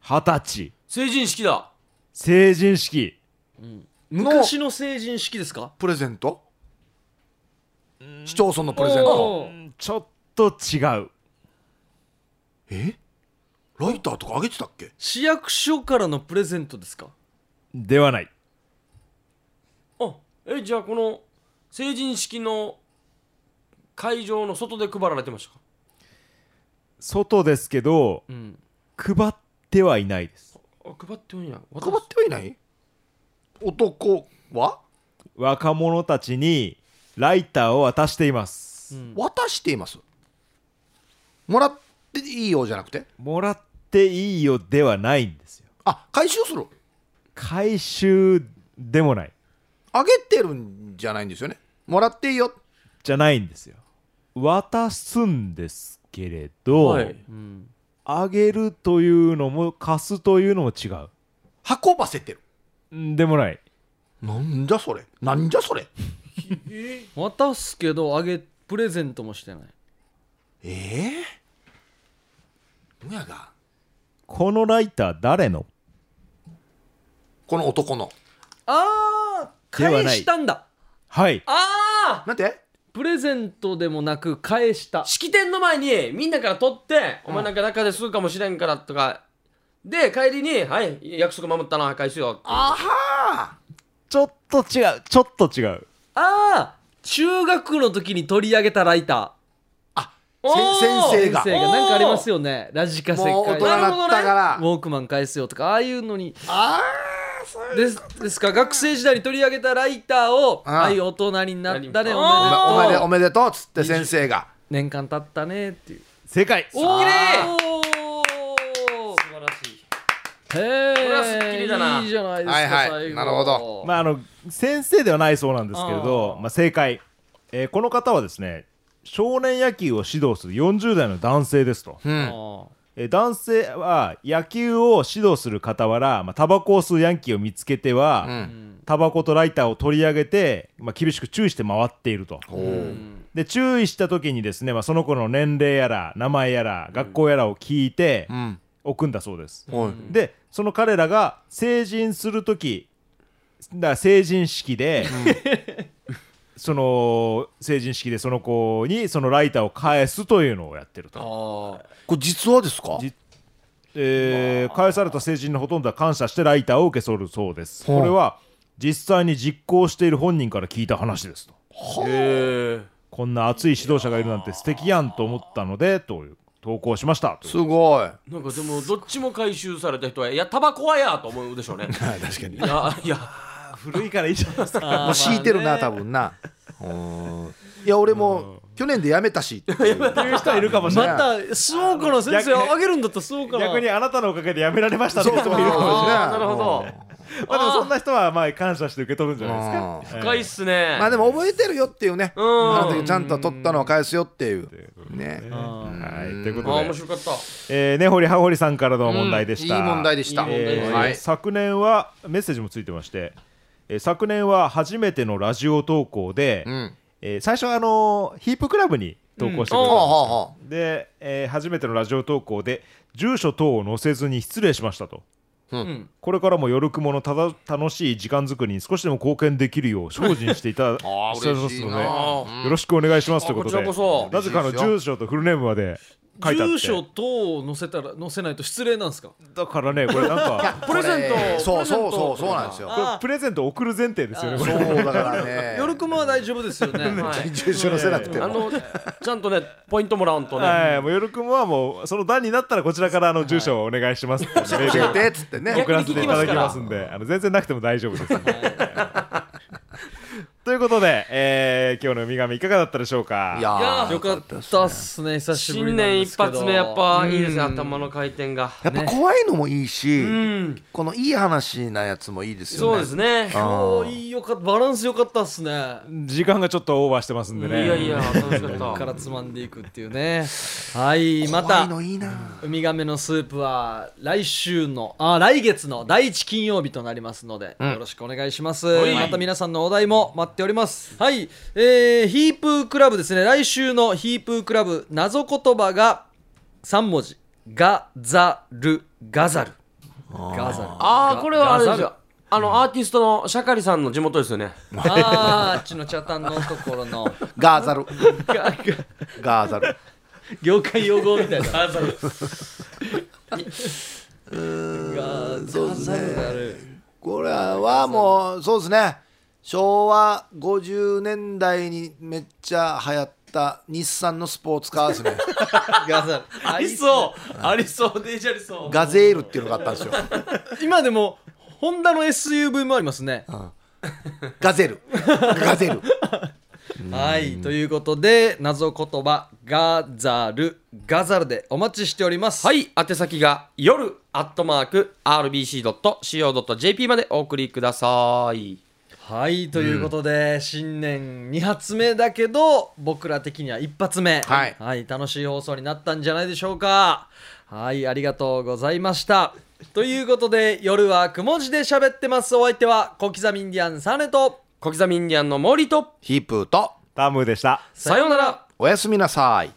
二十歳成人式だ成人式昔の成人式ですかプレゼント市町村のプレゼントおーちょっと違うえライターとかあげてたっけ市役所からのプレゼントですかではないあえじゃあこの成人式の会場の外で配られてましたか外ですけどうん配ってはいないですあ配ってもいいな配ってはいない男は若者たちにライターを渡しています、渡していますもらっていいよじゃなくてもらっていいよではないんですよあ回収する回収でもないあげてるんじゃないんですよねもらっていいよじゃないんですよ渡すんですけれど、はいあげるというのも貸すというのも違う運ばせてるうんでもないなんじゃそれなんじゃそれ渡すけどあげプレゼントもしてないええもやがこのライター誰のこの男のああではない返したんだはいああなんてプレゼントでもなく返した式典の前にみんなから取って、お前なんか中でするかもしれんからとか、で、帰りに、はい、約束守ったな、返すよ。あちょっと違うちょっと違うああ中学の時に取り上げたライタせおー先生ーが先生がおーなんかありますよねラジカセもう返大人だったから、ウォークマン返すよとかああいうのにあですですから学生時代に取り上げたライターをああはい大人になったねあああおおめめででとうおめでとうっつって先生が年間経ったねっていう正解お素晴らしい。へえこれはスッキリだないいじゃないですか、はいはい最後なるほどまああの先生ではないそうなんですけれどあーまあ、正解、えーこの方はですね少年野球を指導する40代の男性ですと、あえー男性は野球を指導する傍ら、まあ、タバコを吸うヤンキーを見つけては、タバコとライターを取り上げて、まあ、厳しく注意して回っているとで注意した時にですね、まあ、その子の年齢やら名前やら学校やらを聞いて、ん送んだそうです、はいでその彼らが成人する時だから成人式で、 その成人式でその子にそのライターを返すというのをやってると、これ実話ですかじえー返された成人のほとんどは感謝してライターを受け取るそうですこれは実際に実行している本人から聞いた話ですとへえ。こんな熱い指導者がいるなんて素敵やんと思ったのでという投稿しましたというすごいなんかでもどっちも回収された人は「いやタバコはや!」と思うでしょうねはい確かにいやいや古いからいいじゃないですかもう敷いてるな多分なうんいや俺も去年 で辞めたしっていういう人はいるかもしれないまたそうかな先生逆にあげるんだったらそうかな逆にあなたのおかげでやめられましたってそう人もいるかもしれないあーなるほどまあでもそんな人はまあ感謝して受け取るんじゃないですか。うん深いっすねまあでも覚えてるよっていうね、んあの時ちゃんと取ったのは返すよっていう、ね、はい、というこあーと面で、白かったえー、ねほりはほりさんからの問題でいしいた。問題でした。いい問題でえしーたはい、昨年はメッセージもついてまして、えー昨年は初めてのラジオ投稿で、うん、えー最初はあのーヒープクラブに投稿してくほうれたんですよほうほで、えー初めてのラジオ投稿で住所等を載せずに失礼しましたと、んこれからも夜雲のただ楽しい時間作りに少しでも貢献でき るよう精進していただあーしておりま嬉すしいのなであよろしくお願いしますということあでこちらこそなぜかあの住所とフルネームまで書いてあっ住て所等を載せたら載せないと失礼なんですかだからねこれなんか う。プレゼントそプレゼうントそうそうそうなんですよこ。れプレゼント送る前提ですよねこそれうだからね。 夜雲は大丈夫ですよねはい住所載せなくてあも。のちゃんとねポイントもらわんとねはい、もう夜雲はもうその段になったらこちらからあの住所をお願いしますっていうメール教をえてっつってね。送らせていただきますんで、あの全然なくても大丈夫です。ということで、えー、今日のウミガメいかがだったでしょうか。いやーよかったっすね久しぶり新なん年です一けど発目やっぱいいですね頭の回転がやっぱ怖いのもいいし、うんこのいい話なやつもいいですよね。そうですね今日いいよかったバランスよかったっすね時間がちょっとオーバーしてますんでいね。やいや楽しかこっこかたらつまんでいくっていうねはいま怖いたのいいな。ウミガメのスープは来週のあ来月の第1金曜日となりますので、よろしくお願いします、いまた皆さんのお題も待っておりますはいえー、ヒープークラブですね来週のヒープークラブ謎言葉が3文字ガザルガザルガザルああガこれはあれでガザすルよあのアーティストのシャカリさんの地元ですよねあーあっちの茶炭のところのガーザル、ガガガーザル。業界用語みたいなあそうガそうですねザルこれはもうそうですね昭和50年代にめっちゃ流行った日産のスポーツカーですねガザルあありそうありそうデジャリそうガゼールっていうのがあったんですよ今でもホンダの SUV もありますね、ガゼルガゼルはいということで謎言葉ガザルガザルでお待ちしておりますはい、宛先が夜アットマーク RBC.CO.JP までお送りください。はいということで、新年2発目だけど僕ら的には1発目はい楽しい放送になったんじゃないでしょうかはいありがとうございましたということで夜はくも字で喋ってますお相手は小刻みインディアンサネと小刻みインディアンの森とヒープーとタムでした。さようなら。おやすみなさい